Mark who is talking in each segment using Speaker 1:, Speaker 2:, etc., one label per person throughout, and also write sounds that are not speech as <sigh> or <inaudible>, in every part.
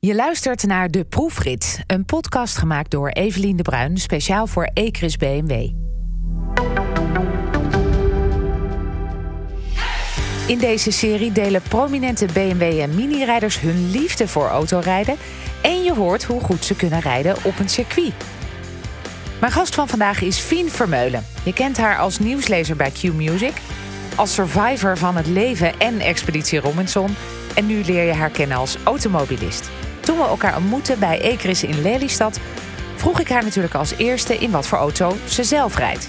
Speaker 1: Je luistert naar De Proefrit, een podcast gemaakt door Evelien de Bruin, speciaal voor Ecris BMW. In deze serie delen prominente BMW en minirijders hun liefde voor autorijden en je hoort hoe goed ze kunnen rijden op een circuit. Mijn gast van vandaag is Fien Vermeulen. Je kent haar als nieuwslezer bij Q Music, als survivor van het leven en Expeditie Robinson en nu leer je haar kennen als automobilist. Toen we elkaar ontmoetten bij Ecris in Lelystad, vroeg ik haar natuurlijk als eerste in wat voor auto ze zelf rijdt.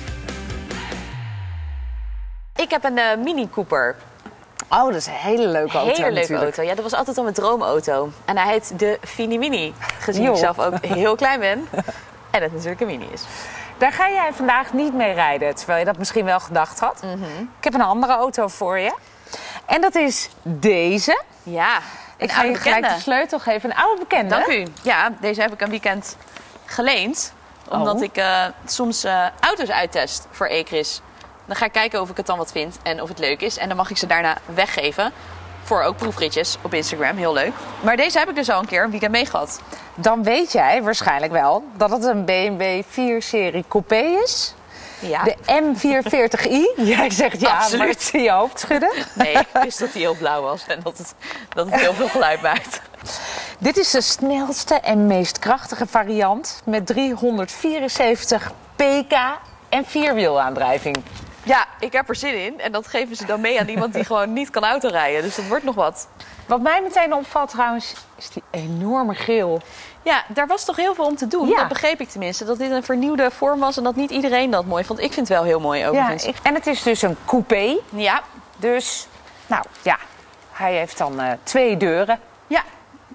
Speaker 2: Ik heb een eh, Mini Cooper.
Speaker 3: Oh, dat is een hele leuke auto
Speaker 2: Hele leuke
Speaker 3: natuurlijk.
Speaker 2: auto. Ja, dat was altijd al mijn droomauto. En hij heet de Fini Mini. Gezien
Speaker 3: Joh.
Speaker 2: ik zelf <laughs> ook heel klein ben. En het natuurlijk een mini is.
Speaker 3: Daar ga jij vandaag niet mee rijden, terwijl je dat misschien wel gedacht had. Ik heb een andere auto voor je. En dat is deze.
Speaker 2: Ja,
Speaker 3: Ik
Speaker 2: een
Speaker 3: ga je
Speaker 2: oude
Speaker 3: gelijk de
Speaker 2: bekende.
Speaker 3: sleutel geven. Een oude bekende.
Speaker 2: Dank u. Ja, deze heb ik een weekend geleend. Omdat
Speaker 3: Oh.
Speaker 2: ik eh, soms eh, auto's uittest voor Ecris. Dan ga ik kijken of ik het dan wat vind en of het leuk is. En dan mag ik ze daarna weggeven. Voor ook proefritjes op Instagram. Heel leuk. Maar deze heb ik dus al een keer een weekend meegehad.
Speaker 3: Dan weet jij waarschijnlijk wel dat het een BMW 4-serie coupé is.
Speaker 2: Ja.
Speaker 3: De
Speaker 2: <laughs>
Speaker 3: M440i. Jij zegt ja,
Speaker 2: Absoluut.
Speaker 3: maar ik zie je hoofd schudden.
Speaker 2: Nee, ik wist dat hij heel blauw was en dat het, dat het heel veel geluid maakt.
Speaker 3: Dit is de snelste en meest krachtige variant met 374 pk en vierwielaandrijving.
Speaker 2: Ja, ik heb er zin in. En dat geven ze dan mee aan <laughs> iemand die gewoon niet kan autorijden. Dus dat wordt nog wat.
Speaker 3: Wat mij meteen opvalt trouwens, is die enorme geel.
Speaker 2: Ja, daar was toch heel veel om te doen.
Speaker 3: Ja.
Speaker 2: Dat begreep ik tenminste. Dat dit een vernieuwde vorm was en dat niet iedereen dat mooi vond. Ik vind het wel heel mooi overigens. Ja,
Speaker 3: ik- en het is dus een coupé.
Speaker 2: ja.
Speaker 3: Dus, nou ja, hij heeft dan eh, twee deuren.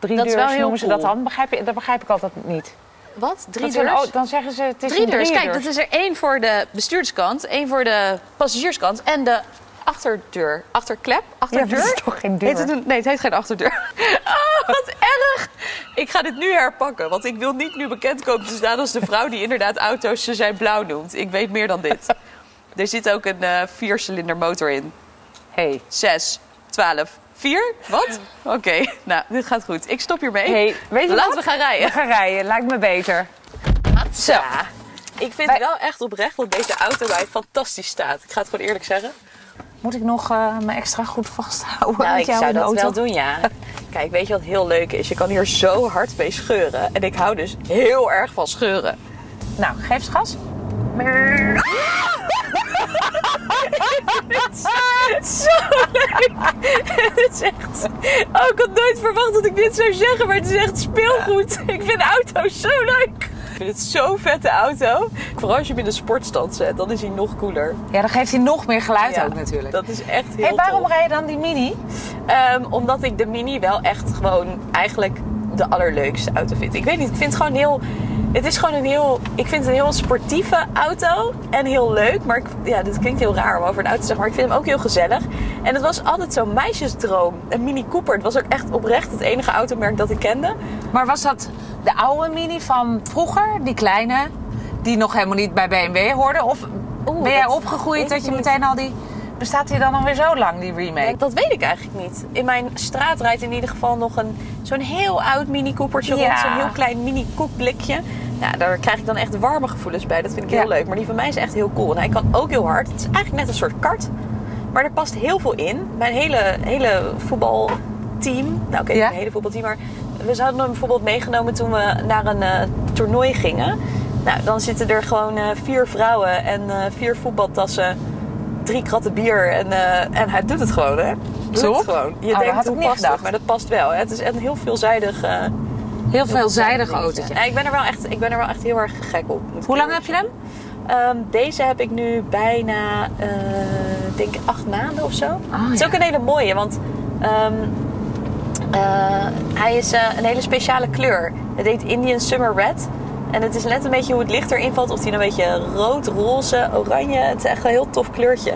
Speaker 3: Drie
Speaker 2: Dat is
Speaker 3: deuren
Speaker 2: wel heel
Speaker 3: noemen ze dat
Speaker 2: cool.
Speaker 3: dan. Begrijp je, dat begrijp ik altijd niet.
Speaker 2: Wat? Drie
Speaker 3: Dat zijn
Speaker 2: deurs?
Speaker 3: ook- dan zeggen ze het is
Speaker 2: Drie
Speaker 3: een
Speaker 2: deurs. Kijk, dat
Speaker 3: driedeurs.
Speaker 2: is er één voor de bestuurderskant, één voor de passagierskant en de achterdeur. Achterklep?
Speaker 3: Ja,
Speaker 2: Achterdeur?
Speaker 3: dat is toch geen deur?
Speaker 2: Heet het een- nee, het heet geen achterdeur. <laughs> Oh, wat erg! Ik ga dit nu herpakken, want ik wil niet nu bekend komen te staan als de vrouw die inderdaad auto's ze zijn blauw noemt. Ik weet meer dan dit. Er zit ook een eh viercilinder motor in.
Speaker 3: Hey.
Speaker 2: 6, 12, 4. Wat? Oké, nou, dit gaat goed. Ik stop hiermee.
Speaker 3: Hey, weet je
Speaker 2: Laten
Speaker 3: wat?
Speaker 2: we gaan rijden.
Speaker 3: We gaan rijden, lijkt me beter.
Speaker 2: Zo. Ik vind
Speaker 3: Wij-
Speaker 2: wel echt oprecht dat deze auto bij fantastisch staat. Ik ga het gewoon eerlijk zeggen.
Speaker 3: Moet ik nog eh, me extra goed vasthouden?
Speaker 2: Nou,
Speaker 3: met
Speaker 2: ik
Speaker 3: jou
Speaker 2: zou
Speaker 3: in de
Speaker 2: dat
Speaker 3: auto?
Speaker 2: wel doen, ja. Kijk, weet je wat heel leuk is? Je kan hier zo hard mee scheuren. En ik hou dus heel erg van scheuren.
Speaker 3: <laughs> Nou, geef eens gas.
Speaker 2: Ah, zo leuk! Het is echt... Oh, ik had nooit verwacht dat ik dit zou zeggen, maar het is echt speelgoed. Ik vind auto's zo leuk! Ik vind het zo'n vette auto. Vooral als je hem in de sportstand zet, dan is hij nog cooler.
Speaker 3: Ja, dan geeft hij nog meer geluid
Speaker 2: Ja,
Speaker 3: ook natuurlijk.
Speaker 2: Dat is echt heel
Speaker 3: hey, waarom
Speaker 2: tof.
Speaker 3: rij je dan die mini?
Speaker 2: Ehm, omdat ik de Mini wel echt gewoon eigenlijk de allerleukste auto vind. Ik weet niet, ik vind het gewoon heel... Het is gewoon een heel... Ik vind het een heel sportieve auto. En heel leuk. Maar ik, ja, dit klinkt heel raar om over een auto te zeggen. Maar ik vind hem ook heel gezellig. En het was altijd zo'n meisjesdroom. Een Mini Cooper. Het was ook echt oprecht het enige automerk dat ik kende.
Speaker 3: Maar was dat de oude Mini van vroeger, die kleine, die nog helemaal niet bij BMW hoorde? Of ben jij
Speaker 2: dat
Speaker 3: opgegroeid
Speaker 2: weet
Speaker 3: dat
Speaker 2: ik
Speaker 3: je
Speaker 2: niet.
Speaker 3: meteen al die... Bestaat die dan alweer zo lang, die remake?
Speaker 2: Dat weet ik eigenlijk niet. In mijn straat rijdt in ieder geval nog een, zo'n heel oud mini Coopertje
Speaker 3: Ja.
Speaker 2: rond. Zo'n heel klein mini koekblikje. Nou, daar krijg ik dan echt warme gevoelens bij. Dat vind ik heel
Speaker 3: Ja.
Speaker 2: leuk. Maar die van mij is echt heel cool. En hij kan ook heel hard. Het is eigenlijk net een soort kart. Maar er past heel veel in. Mijn hele, hele voetbalteam. Nou oké,
Speaker 3: Ja.
Speaker 2: mijn hele voetbalteam. Maar we hadden hem bijvoorbeeld meegenomen toen we naar een eh, toernooi gingen. Nou, dan zitten er gewoon eh, vier vrouwen en eh, vier voetbaltassen. Drie kratten bier en, eh, en hij doet het gewoon, hè? Doet
Speaker 3: Zo?
Speaker 2: het gewoon. Je
Speaker 3: Oh, dat
Speaker 2: denkt,
Speaker 3: had ik
Speaker 2: hoe
Speaker 3: niet
Speaker 2: past dat?
Speaker 3: gedacht.
Speaker 2: Maar dat past wel. Hè? Het is echt een heel veelzijdig... eh,
Speaker 3: Heel veelzijdige
Speaker 2: dingetje.
Speaker 3: autootje.
Speaker 2: Nee, ik, ben er wel echt, ik ben er wel echt heel erg gek op. moet ik
Speaker 3: Hoe lang
Speaker 2: eerlijk
Speaker 3: heb je hem?
Speaker 2: Ehm, deze heb ik nu bijna, eh, denk ik, acht maanden of zo. het is
Speaker 3: Ah, ja.
Speaker 2: ook een hele mooie, want ehm, eh, hij is eh, een hele speciale kleur. Het heet Indian Summer Red. En het is net een beetje hoe het licht erin valt. Of die een beetje rood, roze, oranje. Het is echt een heel tof kleurtje.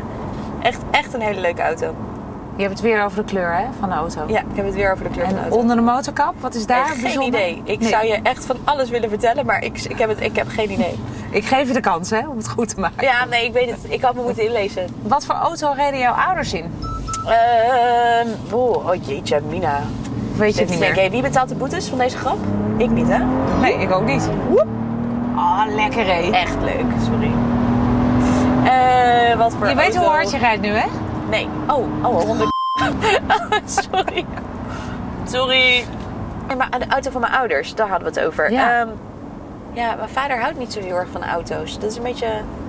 Speaker 2: Echt, echt een hele leuke auto.
Speaker 3: Je hebt het weer over de kleur hè, van de auto.
Speaker 2: Ja, ik heb het weer over de kleur van de
Speaker 3: En
Speaker 2: auto.
Speaker 3: onder de motorkap, wat is daar
Speaker 2: Nee, geen
Speaker 3: bijzonder?
Speaker 2: idee. Ik
Speaker 3: Nee.
Speaker 2: zou je echt van alles willen vertellen, maar ik, ik, heb, het, ik heb geen idee.
Speaker 3: Ik geef je de kans hè, om het goed te maken.
Speaker 2: Ja, nee, ik weet het. Ik had me moeten inlezen.
Speaker 3: Wat voor auto reden jouw ouders in?
Speaker 2: Ehm, oh, oh jeetje, Mina.
Speaker 3: weet
Speaker 2: Dit
Speaker 3: je het niet meer.
Speaker 2: denk ik, wie betaalt de boetes van deze grap? Ik niet, hè?
Speaker 3: Nee, ik ook niet. Ah, lekker hé.
Speaker 2: Echt leuk, sorry. Eh, wat voor
Speaker 3: Je weet hoe
Speaker 2: auto?
Speaker 3: hard je rijdt nu, hè?
Speaker 2: Nee. Oh, oh, 100. <laughs> Sorry. Sorry. Nee, maar de auto van mijn ouders, daar hadden we het over.
Speaker 3: Ja.
Speaker 2: Ehm, ja, mijn vader houdt niet zo heel erg van auto's. Dat is een beetje.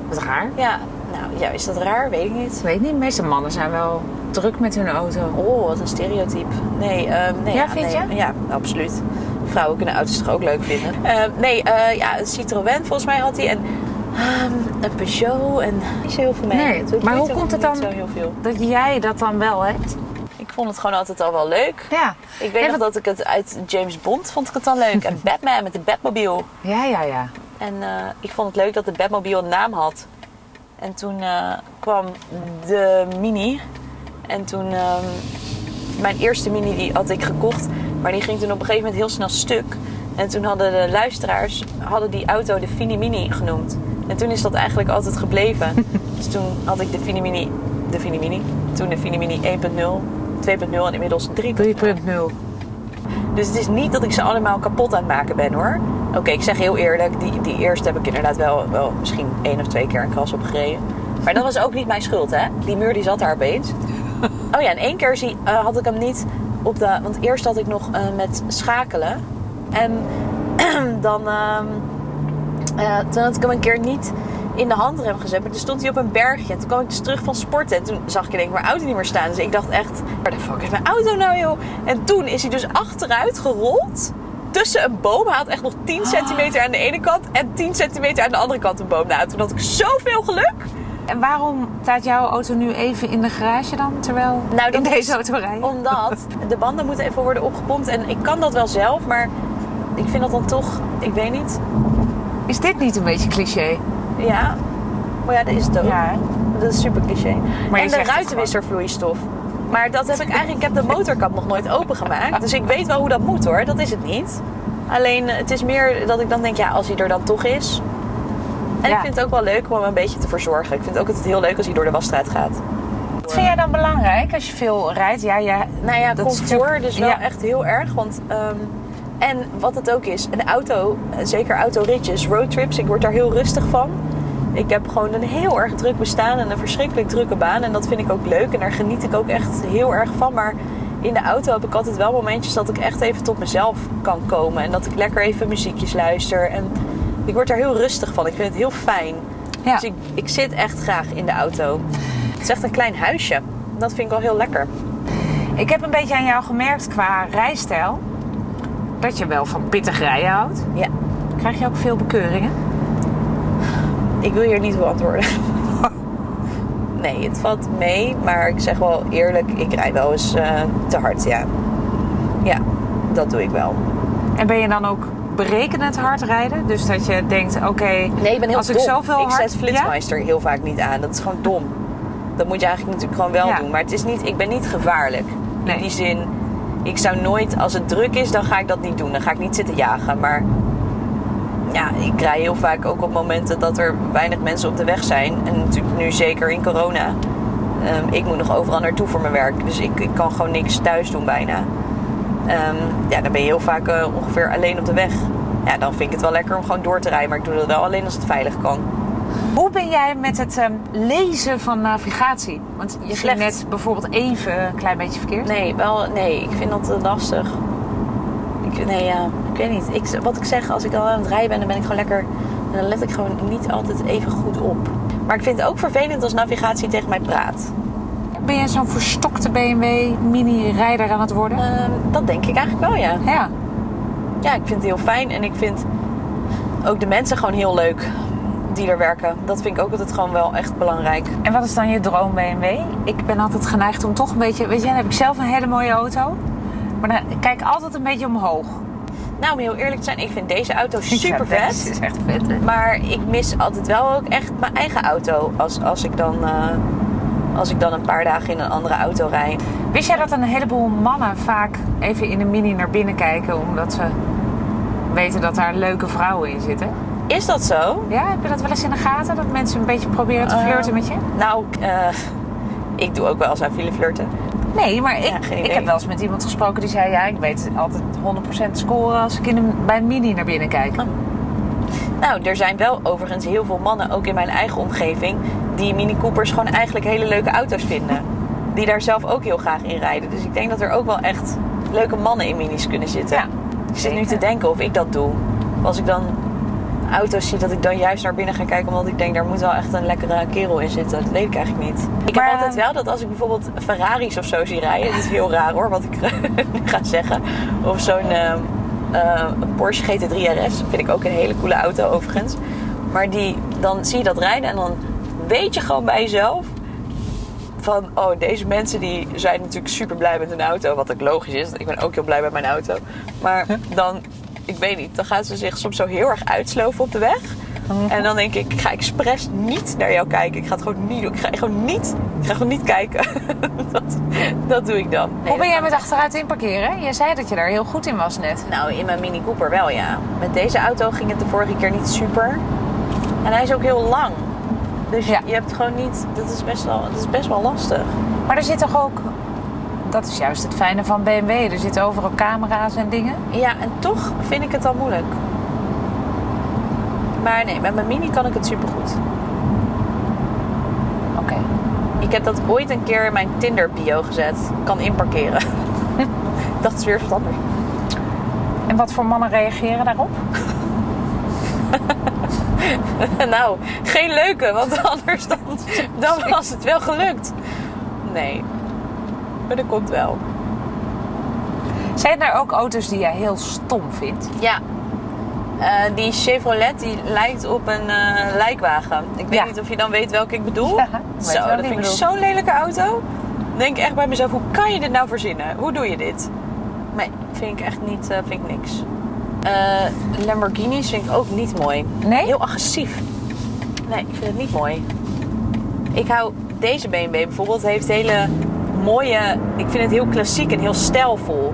Speaker 3: Wat raar.
Speaker 2: Ja, nou ja, is dat raar? Weet ik niet.
Speaker 3: Ik weet niet, de meeste mannen zijn wel druk met hun auto.
Speaker 2: Oh, wat een stereotype. Nee, ehm, nee
Speaker 3: Ja, vind
Speaker 2: nee.
Speaker 3: je?
Speaker 2: Ja, absoluut. Vrouwen kunnen auto's toch ook leuk vinden? Ehm, nee, eh, ja, een Citroën volgens mij had hij. En ehm, een Peugeot. En niet zo heel veel mee.
Speaker 3: Nee,
Speaker 2: Dat doet
Speaker 3: maar
Speaker 2: niet
Speaker 3: hoe
Speaker 2: zo-
Speaker 3: komt het
Speaker 2: niet
Speaker 3: dan-
Speaker 2: Zo heel veel.
Speaker 3: Dat jij dat dan wel hebt.
Speaker 2: Ik vond het gewoon altijd al wel leuk.
Speaker 3: Ja.
Speaker 2: Ik
Speaker 3: Nee,
Speaker 2: weet nog dat ik het uit James Bond vond ik het dan leuk. En Batman met de Batmobile.
Speaker 3: Ja, ja, ja.
Speaker 2: En eh, ik vond het leuk dat de Batmobile een naam had. En toen eh, kwam de Mini. En toen... ehm, mijn eerste Mini die had ik gekocht. Maar die ging toen op een gegeven moment heel snel stuk. En toen hadden de luisteraars hadden die auto de Fini Mini genoemd. En toen is dat eigenlijk altijd gebleven. dus toen had ik de Fini Mini... De Fini Mini. Toen de Fini Mini 1.0, 2.0 en inmiddels 3.0.
Speaker 3: 3.0.
Speaker 2: Dus het is niet dat ik ze allemaal kapot aan het maken ben hoor. Oké, ik zeg heel eerlijk, die, die eerste heb ik inderdaad wel, wel misschien één of twee keer een kras opgereden. Maar dat was ook niet mijn schuld, hè? Die muur die zat daar opeens. Oh ja, en één keer zie, eh, had ik hem niet op de. Want eerst had ik nog eh, met schakelen. En <clears throat> dan. ehm, eh, toen had ik hem een keer niet in de handrem gezet. Maar toen stond hij op een bergje. En toen kwam ik dus terug van sporten. En toen zag ik in één keer mijn auto niet meer staan. Dus ik dacht echt, waar de fuck is mijn auto nou joh? En toen is hij dus achteruit gerold. Tussen een boom. Hij had echt nog 10 centimeter aan de ene kant. En 10 centimeter aan de andere kant een boom. Nou, toen had ik zoveel geluk.
Speaker 3: En waarom staat jouw auto nu even in de garage dan, terwijl
Speaker 2: Nou,
Speaker 3: in
Speaker 2: dat
Speaker 3: deze
Speaker 2: is
Speaker 3: auto rijden?
Speaker 2: Omdat de banden moeten even worden opgepompt. En ik kan dat wel zelf, maar ik vind dat dan toch, ik weet niet.
Speaker 3: Is dit niet een beetje cliché?
Speaker 2: Ja, maar ja, dat is het ook.
Speaker 3: Ja.
Speaker 2: Dat is super cliché.
Speaker 3: je
Speaker 2: en
Speaker 3: zegt
Speaker 2: de
Speaker 3: het
Speaker 2: ruitenwisservloeistof. Maar dat heb ik eigenlijk, ik heb de motorkap nog nooit opengemaakt. Dus ik weet wel hoe dat moet hoor, dat is het niet. Alleen eh, het is meer dat ik dan denk, ja, als hij er dan toch is. En
Speaker 3: Ja.
Speaker 2: ik vind het ook wel leuk om hem een beetje te verzorgen. Ik vind het ook altijd heel leuk als hij door de wasstraat gaat.
Speaker 3: Wat vind jij dan belangrijk als je veel rijdt? Ja, ja.
Speaker 2: Nou ja,
Speaker 3: Dat is
Speaker 2: comfort
Speaker 3: natuurlijk-
Speaker 2: dus wel
Speaker 3: ja.
Speaker 2: echt heel erg. Want, ehm, en wat het ook is, een auto, eh, zeker autoritjes, roadtrips, ik word daar heel rustig van. Ik heb gewoon een heel erg druk bestaan en een verschrikkelijk drukke baan. En dat vind ik ook leuk en daar geniet ik ook echt heel erg van. Maar in de auto heb ik altijd wel momentjes dat ik echt even tot mezelf kan komen. En dat ik lekker even muziekjes luister. En ik word daar heel rustig van. Ik vind het heel fijn.
Speaker 3: Ja.
Speaker 2: Dus ik, ik zit echt graag in de auto. Het is echt een klein huisje. Dat vind ik wel heel lekker.
Speaker 3: Ik heb een beetje aan jou gemerkt qua rijstijl dat je wel van pittig rijden houdt.
Speaker 2: Ja.
Speaker 3: Krijg je ook veel bekeuringen?
Speaker 2: Ik wil hier niet op antwoorden. <laughs> nee, het valt mee. Maar ik zeg wel eerlijk, ik rijd wel eens eh, te hard, ja. Ja, dat doe ik wel.
Speaker 3: En ben je dan ook berekenend hard rijden? Dus dat je denkt, oké,
Speaker 2: Nee, ik ben heel
Speaker 3: als
Speaker 2: dom.
Speaker 3: ik zoveel
Speaker 2: ik
Speaker 3: hard...
Speaker 2: zet Flitsmeister heel vaak niet aan. Dat is gewoon dom. Dat moet je eigenlijk natuurlijk gewoon wel
Speaker 3: Ja.
Speaker 2: doen. Maar het is niet, ik ben niet gevaarlijk.
Speaker 3: Nee.
Speaker 2: In die zin, ik zou nooit, als het druk is, dan ga ik dat niet doen. Dan ga ik niet zitten jagen. Maar ja, ik rij heel vaak ook op momenten dat er weinig mensen op de weg zijn. En natuurlijk nu zeker in corona. Ehm, ik moet nog overal naartoe voor mijn werk. Dus ik, ik kan gewoon niks thuis doen bijna. Ehm, ja, dan ben je heel vaak eh, ongeveer alleen op de weg. Ja, dan vind ik het wel lekker om gewoon door te rijden. Maar ik doe dat wel alleen als het veilig kan.
Speaker 3: Ja? Hoe ben jij met het ehm, lezen van navigatie? Want je
Speaker 2: Slecht.
Speaker 3: ging net bijvoorbeeld even een klein beetje verkeerd.
Speaker 2: Nee, wel, nee, ik vind dat eh, lastig. Ik, nee, ja, ik weet niet. Ik, wat ik zeg, als ik al aan het rijden ben, dan ben ik gewoon lekker... Dan let ik gewoon niet altijd even goed op. Maar ik vind het ook vervelend als navigatie tegen mij praat.
Speaker 3: Ben jij zo'n verstokte BMW mini-rijder aan het worden?
Speaker 2: Ehm, dat denk ik eigenlijk wel, ja.
Speaker 3: Ja.
Speaker 2: Ja, ik vind het heel fijn. En ik vind ook de mensen gewoon heel leuk die er werken. Dat vind ik ook altijd gewoon wel echt belangrijk.
Speaker 3: En wat is dan je droom BMW? Ik ben altijd geneigd om toch een beetje... Weet je, dan heb ik zelf een hele mooie auto. Maar dan ik kijk altijd een beetje omhoog.
Speaker 2: Nou, om heel eerlijk te zijn, ik vind deze auto super
Speaker 3: <laughs> Ja,
Speaker 2: vet.
Speaker 3: Het is echt vet, hè?
Speaker 2: Maar ik mis altijd wel ook echt mijn eigen auto. Als, als, ik dan, eh, als ik dan een paar dagen in een andere auto rijd.
Speaker 3: Wist jij dat een heleboel mannen vaak even in de mini naar binnen kijken... omdat ze weten dat daar leuke vrouwen in zitten?
Speaker 2: Is dat zo?
Speaker 3: Ja, heb je dat wel eens in de gaten? Dat Eh,
Speaker 2: <laughs>
Speaker 3: mensen een beetje proberen te flirten met je?
Speaker 2: Nou, eh, ik doe ook wel eens aan file flirten.
Speaker 3: Nee, maar
Speaker 2: Ja,
Speaker 3: ik,
Speaker 2: geen
Speaker 3: ik
Speaker 2: idee.
Speaker 3: heb wel eens met iemand gesproken die zei... ja, ik weet altijd 100% scoren als ik in een, bij een mini naar binnen kijk.
Speaker 2: Nou, er zijn wel overigens heel veel mannen, ook in mijn eigen omgeving, die Mini Coopers gewoon eigenlijk hele leuke auto's vinden. Die daar zelf ook heel graag in rijden. Dus ik denk dat er ook wel echt leuke mannen in minis kunnen zitten.
Speaker 3: Ja,
Speaker 2: ik zit nu
Speaker 3: zeker.
Speaker 2: te denken of ik dat doe. Of Als ik dan auto's zie, dat ik dan juist naar binnen ga kijken. Omdat ik denk, daar moet wel echt een lekkere kerel in zitten. Dat weet ik eigenlijk niet. Ik
Speaker 3: Maar-
Speaker 2: heb altijd wel dat als ik bijvoorbeeld Ferraris of zo zie rijden. Dat is heel raar hoor, wat ik eh, <laughs> nu ga zeggen. Of zo'n eh, eh, Porsche GT3 RS. Vind ik ook een hele coole auto overigens. Maar die, dan zie je dat rijden en dan weet je gewoon bij jezelf van, oh, deze mensen die zijn natuurlijk super blij met hun auto. Wat ook logisch is, want ik ben ook heel blij met mijn auto. Maar dan, ik weet niet, dan gaan ze zich soms zo heel erg uitsloven op de weg. En dan denk ik, ik ga expres niet naar jou kijken. Ik ga het gewoon niet doen. Ik ga gewoon niet, ik ga gewoon niet kijken. <laughs> dat, dat doe ik dan.
Speaker 3: Hoe ben jij met achteruit in parkeren? Je zei dat je daar heel goed in was net.
Speaker 2: Nou, in mijn Mini Cooper wel, ja. Met deze auto ging het de vorige keer niet super. En hij is ook heel lang. Dus
Speaker 3: Ja.
Speaker 2: je hebt gewoon niet... Dat is best wel, dat is best wel lastig.
Speaker 3: Maar er zit toch ook... Dat is juist het fijne van BMW. Er zitten overal camera's en dingen.
Speaker 2: Ja, en toch vind ik het al moeilijk. Maar nee, met mijn mini kan ik het supergoed.
Speaker 3: Oké.
Speaker 2: Ik heb dat ooit een keer in mijn Tinder bio gezet. Kan inparkeren. <laughs> ik dacht, het is weer wat anders.
Speaker 3: En wat voor mannen reageren daarop?
Speaker 2: <laughs> nou, geen leuke, want <laughs> anders dan, dan was het wel gelukt. Nee, maar dat komt wel.
Speaker 3: Zijn er ook auto's die jij heel stom vindt?
Speaker 2: Ja. Eh, die Chevrolet die lijkt op een eh, lijkwagen. Ik weet
Speaker 3: Ja.
Speaker 2: niet of je dan weet welke ik bedoel.
Speaker 3: Ja, ik weet
Speaker 2: zo,
Speaker 3: wel
Speaker 2: dat
Speaker 3: wie
Speaker 2: vind ik
Speaker 3: je
Speaker 2: zo'n lelijke auto. Dan denk ik echt bij mezelf, hoe kan je dit nou verzinnen? Hoe doe je dit? Nee, vind ik echt niet, eh, vind ik niks. Eh, Lamborghinis vind ik ook niet mooi.
Speaker 3: Nee?
Speaker 2: Heel agressief. Nee, ik vind het niet mooi. Ik hou deze BMW bijvoorbeeld heeft hele mooie. Ik vind het heel klassiek en heel stijlvol.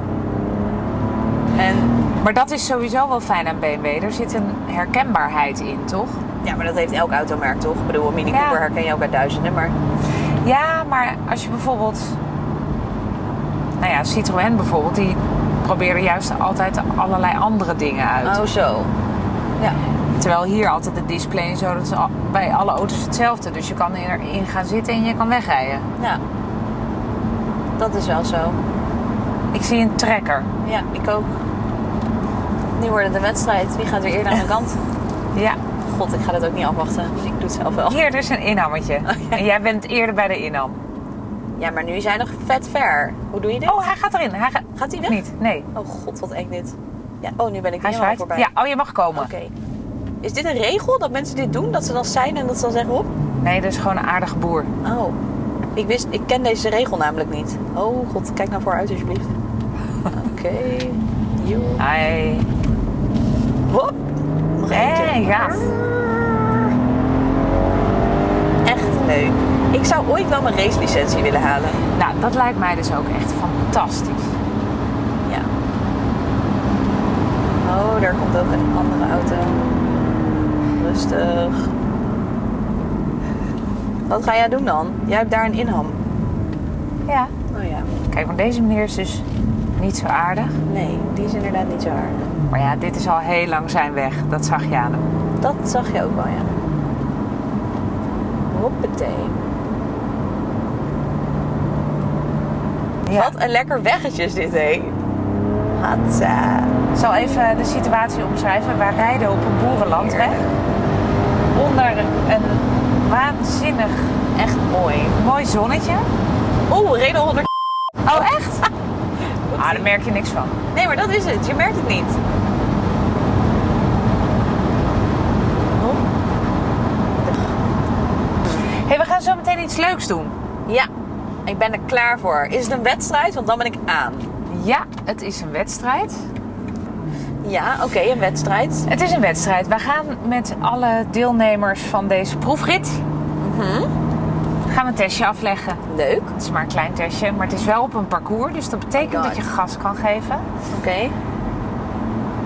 Speaker 2: En
Speaker 3: Maar dat is sowieso wel fijn aan BMW. Er zit een herkenbaarheid in, toch?
Speaker 2: Ja, maar dat heeft elk automerk toch? Ik bedoel, een Mini
Speaker 3: Ja.
Speaker 2: Cooper herken je ook uit duizenden, maar...
Speaker 3: Ja, maar als je bijvoorbeeld... Nou ja, Citroën bijvoorbeeld, die probeerde juist altijd allerlei andere dingen uit.
Speaker 2: Ah. Oh, zo. Ja.
Speaker 3: Terwijl hier altijd het display en zo, dat is al- bij alle auto's hetzelfde. Dus je kan erin gaan zitten en je kan wegrijden.
Speaker 2: Ja. Dat is wel zo.
Speaker 3: Ik zie een trekker.
Speaker 2: Ja, ik ook. Nu wordt het een wedstrijd. Wie gaat er eerder aan de
Speaker 3: <laughs>
Speaker 2: kant?
Speaker 3: Ja.
Speaker 2: God, ik ga dat ook niet afwachten. Ik doe het zelf wel.
Speaker 3: Hier, er is een inhammetje.
Speaker 2: ja.
Speaker 3: En jij bent eerder bij de inham.
Speaker 2: Ja, maar nu is hij nog vet ver. Hoe doe je dit?
Speaker 3: Oh, hij gaat erin. Hij ga-
Speaker 2: Gaat hij
Speaker 3: Of
Speaker 2: weg?
Speaker 3: Niet, nee.
Speaker 2: Oh god, wat eng dit. Ja, oh, nu ben ik
Speaker 3: Hij
Speaker 2: helemaal
Speaker 3: zwaait.
Speaker 2: voorbij.
Speaker 3: Ja, oh, je mag komen.
Speaker 2: Oké. Is dit een regel, dat mensen dit doen? Dat ze dan zijn en dat ze dan zeggen, hop?
Speaker 3: Nee, dat is gewoon een aardige boer.
Speaker 2: Oh, ik, wist, ik ken deze regel namelijk niet. Oh god, kijk nou vooruit alsjeblieft. Oké. Joe.
Speaker 3: Hij...
Speaker 2: Hop. Nog eentje.
Speaker 3: Hey, gaaf.
Speaker 2: Echt leuk. Ik zou ooit wel mijn racelicentie willen halen.
Speaker 3: Nou, dat lijkt mij dus ook echt fantastisch.
Speaker 2: Ja. Oh, daar komt ook een andere auto. Rustig. Wat ga jij doen dan? Jij hebt daar een inham.
Speaker 3: Ja.
Speaker 2: Oh ja.
Speaker 3: Kijk, want deze meneer is dus niet zo aardig.
Speaker 2: Nee, die is inderdaad niet zo aardig.
Speaker 3: Maar ja, dit is al heel lang zijn weg. Dat zag je aan hem.
Speaker 2: Dat zag je ook wel, ja. Hoppatee.
Speaker 3: Ja.
Speaker 2: Wat een lekker weggetje is dit, hé. Hatsa.
Speaker 3: Ik zal even de situatie omschrijven. Wij rijden op een boerenlandweg. Onder een waanzinnig
Speaker 2: Echt mooi.
Speaker 3: mooi zonnetje.
Speaker 2: Oeh, we reden 100.
Speaker 3: Oh, echt? Ah, daar merk je niks van.
Speaker 2: Nee, maar dat is het. Je merkt het niet. Oh.
Speaker 3: hey, we gaan zo meteen iets leuks doen.
Speaker 2: Ja, ik ben er klaar voor. Is het een wedstrijd? Want dan ben ik aan.
Speaker 3: Ja, het is een wedstrijd.
Speaker 2: Ja, oké, een wedstrijd.
Speaker 3: Het is een wedstrijd. We gaan met alle deelnemers van deze proefrit... gaan we een testje afleggen.
Speaker 2: Leuk.
Speaker 3: Het is maar een klein testje, maar het is wel op een parcours. Dus dat betekent
Speaker 2: Oh
Speaker 3: dat je
Speaker 2: God.
Speaker 3: gas kan geven.
Speaker 2: Oké.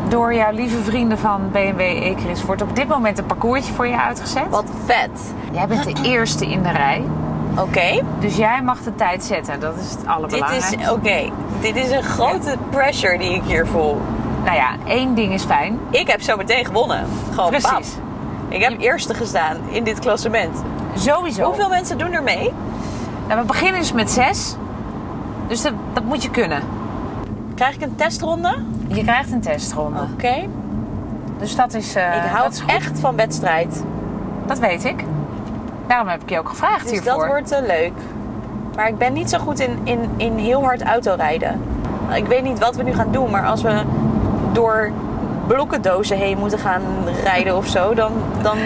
Speaker 3: Door jouw lieve vrienden van BMW Ekeris wordt op dit moment een parcoursje voor je uitgezet.
Speaker 2: Wat vet.
Speaker 3: Jij bent de eerste in de rij.
Speaker 2: Oké,
Speaker 3: Dus jij mag de tijd zetten. Dat is het
Speaker 2: dit is,
Speaker 3: allerbelangrijkste.
Speaker 2: oké. dit is een grote pressure die ik hier voel.
Speaker 3: Nou ja, één ding is fijn.
Speaker 2: Ik heb zo meteen gewonnen. Gewoon bam.
Speaker 3: Precies.
Speaker 2: Ik heb eerste gestaan in dit klassement.
Speaker 3: Sowieso.
Speaker 2: Hoeveel mensen doen er mee?
Speaker 3: Nou, we beginnen dus met zes. Dus dat, dat moet je kunnen.
Speaker 2: Krijg ik een testronde?
Speaker 3: Je krijgt een testronde.
Speaker 2: Oké.
Speaker 3: Dus dat is. eh,
Speaker 2: Oh. ik hou
Speaker 3: dat is goed.
Speaker 2: echt van wedstrijd.
Speaker 3: Dat weet ik. Daarom heb ik je ook gevraagd
Speaker 2: Dus
Speaker 3: hiervoor.
Speaker 2: dat wordt eh, leuk. Maar ik ben niet zo goed in, in, in heel hard autorijden. Ik weet niet wat we nu gaan doen, maar als we door blokkendozen heen moeten gaan rijden of zo, dan, dan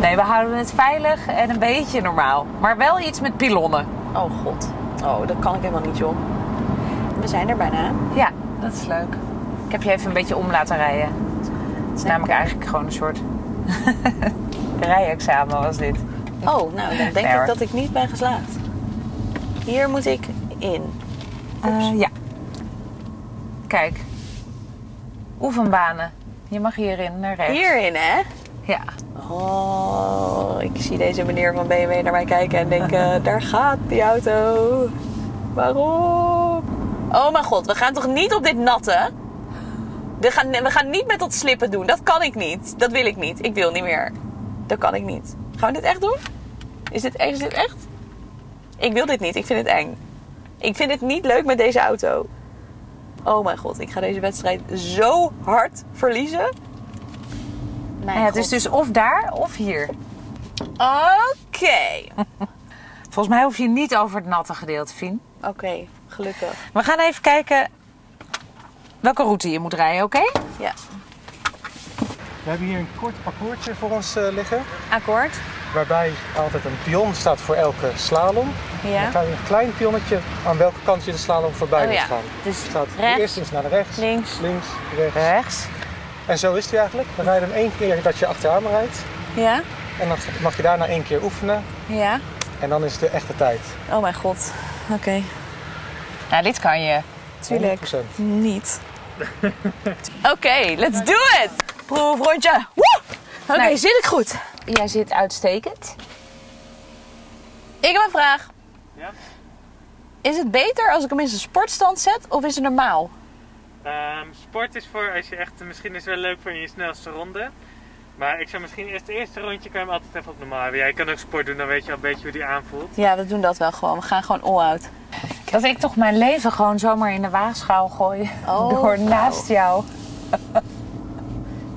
Speaker 3: Nee, we houden het veilig en een beetje normaal. Maar wel iets met pilonnen.
Speaker 2: Oh god. Oh, dat kan ik helemaal niet, joh. We zijn er bijna.
Speaker 3: Ja, dat is leuk. Ik heb je even een beetje om laten rijden. Het is namelijk eigenlijk gewoon een soort <laughs> rijexamen was dit.
Speaker 2: Oh, nou, dan denk
Speaker 3: Nee, hoor.
Speaker 2: ik dat ik niet ben geslaagd. Hier moet ik in.
Speaker 3: Eh, ja. Kijk. Oefenbanen. Je mag hierin naar rechts.
Speaker 2: Hierin, hè?
Speaker 3: Ja.
Speaker 2: Oh, ik zie deze meneer van BMW naar mij kijken en denk, eh, daar gaat die auto. Waarom? Oh mijn god, we gaan toch niet op dit natte? We gaan, we gaan niet met dat slippen doen. Dat kan ik niet. Dat wil ik niet. Ik wil niet meer. Dat kan ik niet. Gaan we dit echt doen? Is dit, is dit echt? Ik wil dit niet. Ik vind het eng. Ik vind het niet leuk met deze auto. Oh mijn god, ik ga deze wedstrijd zo hard verliezen. Mijn
Speaker 3: ja het is
Speaker 2: god.
Speaker 3: dus of daar of hier.
Speaker 2: Oké.
Speaker 3: Volgens mij hoef je niet over het natte gedeelte, Fien.
Speaker 2: <laughs> Oké, gelukkig.
Speaker 3: We gaan even kijken welke route je moet rijden, oké?
Speaker 2: Ja.
Speaker 4: We hebben hier een kort akkoordje voor ons eh, liggen.
Speaker 2: Akkoord.
Speaker 4: Waarbij altijd een pion staat voor elke slalom.
Speaker 2: Ja.
Speaker 4: Dan krijg je een klein pionnetje aan welke kant je de slalom voorbij
Speaker 2: Oh
Speaker 4: moet
Speaker 2: ja,
Speaker 4: gaan.
Speaker 2: dus
Speaker 4: staat
Speaker 2: rechts,
Speaker 4: eerst eens naar de rechts,
Speaker 2: links.
Speaker 4: links, rechts.
Speaker 3: Rechts.
Speaker 4: En zo is het eigenlijk. We rijden hem één keer dat je achteraan rijdt.
Speaker 2: Ja?
Speaker 4: En dan mag je daarna één keer oefenen.
Speaker 2: Ja.
Speaker 4: En dan is het de echte tijd.
Speaker 2: Oh mijn god. Oké.
Speaker 3: Nou, dit kan je.
Speaker 2: Tuurlijk.
Speaker 4: 100%.
Speaker 2: Niet. Oké, let's do it! Proefrondje. Woe! Oké,
Speaker 3: Nee.
Speaker 2: zit ik goed?
Speaker 3: Nou, Jij zit uitstekend.
Speaker 2: Ik heb een vraag. Is het beter als ik hem in zijn sportstand zet of is het normaal?
Speaker 5: Ehm, sport is voor als je echt, misschien is het wel leuk voor in je snelste ronde. Maar ik zou misschien eerst het eerste rondje kan je hem altijd even op normaal hebben. Ja, je kan ook sport doen, dan weet je al een beetje hoe die
Speaker 2: <laughs>
Speaker 5: aanvoelt.
Speaker 2: Ja, we doen dat wel gewoon. We gaan gewoon all-out.
Speaker 3: Dat ik toch mijn leven gewoon zomaar in de waagschaal gooi.
Speaker 2: Oh,
Speaker 3: door
Speaker 2: nou.
Speaker 3: naast jou.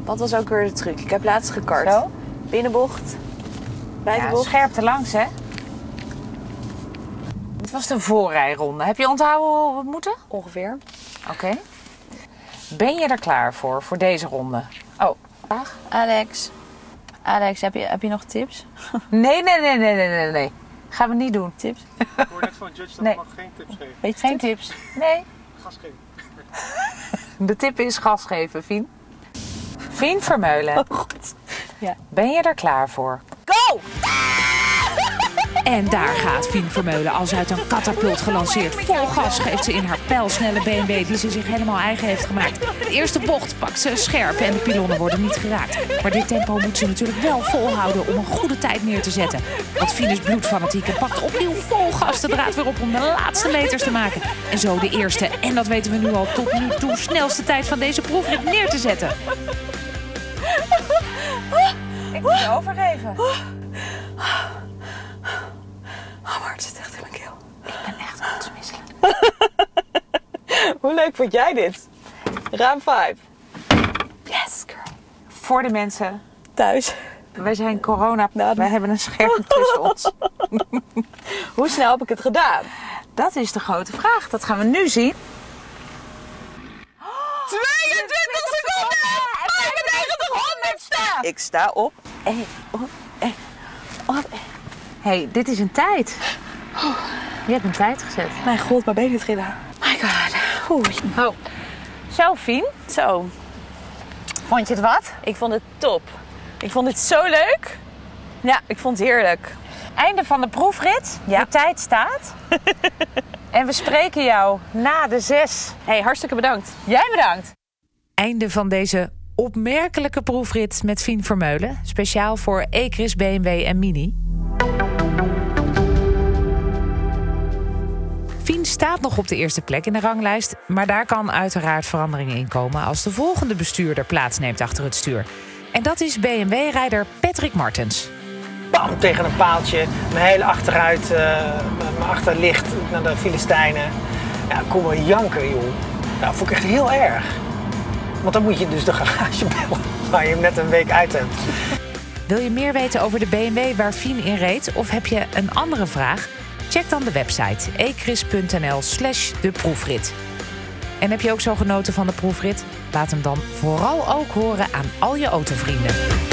Speaker 2: Wat was ook weer de truc? Ik heb laatst gekart.
Speaker 3: Zo?
Speaker 2: Binnenbocht.
Speaker 3: Ja,
Speaker 2: Buitenbocht.
Speaker 3: scherp te langs, hè? Het was de voorrijronde. Heb je onthouden hoe we moeten?
Speaker 2: Ongeveer.
Speaker 3: Oké. Ben je er klaar voor, voor deze ronde? Oh.
Speaker 2: Alex. Alex, heb je, heb je nog tips?
Speaker 3: Nee, nee, nee, nee, nee, nee, nee. Gaan we niet doen.
Speaker 2: Tips?
Speaker 4: Ik hoor net van Judge dat
Speaker 3: Nee.
Speaker 4: mag geen tips geven.
Speaker 2: Weet je
Speaker 3: Geen tips. Nee.
Speaker 4: Gas geven.
Speaker 3: De tip is gas geven, Fien. Fien Vermeulen,
Speaker 2: Goed.
Speaker 3: ben je er klaar voor?
Speaker 2: Go!
Speaker 1: En daar gaat Fien Vermeulen als uit een katapult gelanceerd. Vol gas geeft ze in haar pijlsnelle BMW die ze zich helemaal eigen heeft gemaakt. De eerste bocht pakt ze scherp en de pilonnen worden niet geraakt. Maar dit tempo moet ze natuurlijk wel volhouden om een goede tijd neer te zetten. Want Fien is bloedfanatiek en pakt opnieuw vol gas de draad weer op om de laatste meters te maken. En zo de eerste, en dat weten we nu al, tot nu toe snelste tijd van deze proefrit neer te zetten.
Speaker 3: Ik moet je overgeven.
Speaker 2: Oh, maar het zit echt in mijn keel.
Speaker 3: Ik ben echt kotsmisselijk.
Speaker 2: Hoe leuk vond jij dit? Ruim 5. Yes, girl.
Speaker 3: Voor de mensen,
Speaker 2: Thuis.
Speaker 3: wij zijn corona.
Speaker 2: Nou,
Speaker 3: Wij hebben een <laughs> scherm tussen ons.
Speaker 2: Hoe snel heb ik het gedaan?
Speaker 3: Dat is de grote vraag. Dat gaan we nu zien.
Speaker 2: 22
Speaker 3: honderdste!
Speaker 2: Ik sta op. Hey, op. Hey, op.
Speaker 3: hey, dit is een tijd.
Speaker 2: Oh.
Speaker 3: Je hebt een tijd gezet.
Speaker 2: Mijn god, mijn benen trillen. My god. Oeh.
Speaker 3: Oh. Zo, Fien.
Speaker 2: Zo,
Speaker 3: Vond je het wat?
Speaker 2: ik vond het top. Ik vond het zo leuk. Ja, ik vond het heerlijk.
Speaker 3: Einde van de proefrit.
Speaker 2: Ja.
Speaker 3: De tijd
Speaker 2: <laughs>
Speaker 3: staat. en we spreken jou na de zes.
Speaker 2: hey, hartstikke bedankt.
Speaker 3: Jij bedankt.
Speaker 1: Einde van deze opmerkelijke proefrit met Fien Vermeulen. Speciaal voor Ecris, BMW en Mini. Fien staat nog op de eerste plek in de ranglijst, maar daar kan uiteraard verandering in komen als de volgende bestuurder plaatsneemt achter het stuur. En dat is BMW-rijder Patrick Martens.
Speaker 6: bam, tegen een paaltje. Mijn hele achteruit, eh, mijn achterlicht naar de Filistijnen. Ja, kom maar janken, joh. Nou, vond ik echt heel erg. Want dan moet je dus de garage bellen <laughs> waar je hem net een week uit hebt.
Speaker 1: Wil je meer weten over de BMW waar Fien in reed of heb je een andere vraag? Check dan de website ecris.nl slash de proefrit. En heb je ook zo genoten van de proefrit? Laat hem dan vooral ook horen aan al je autovrienden.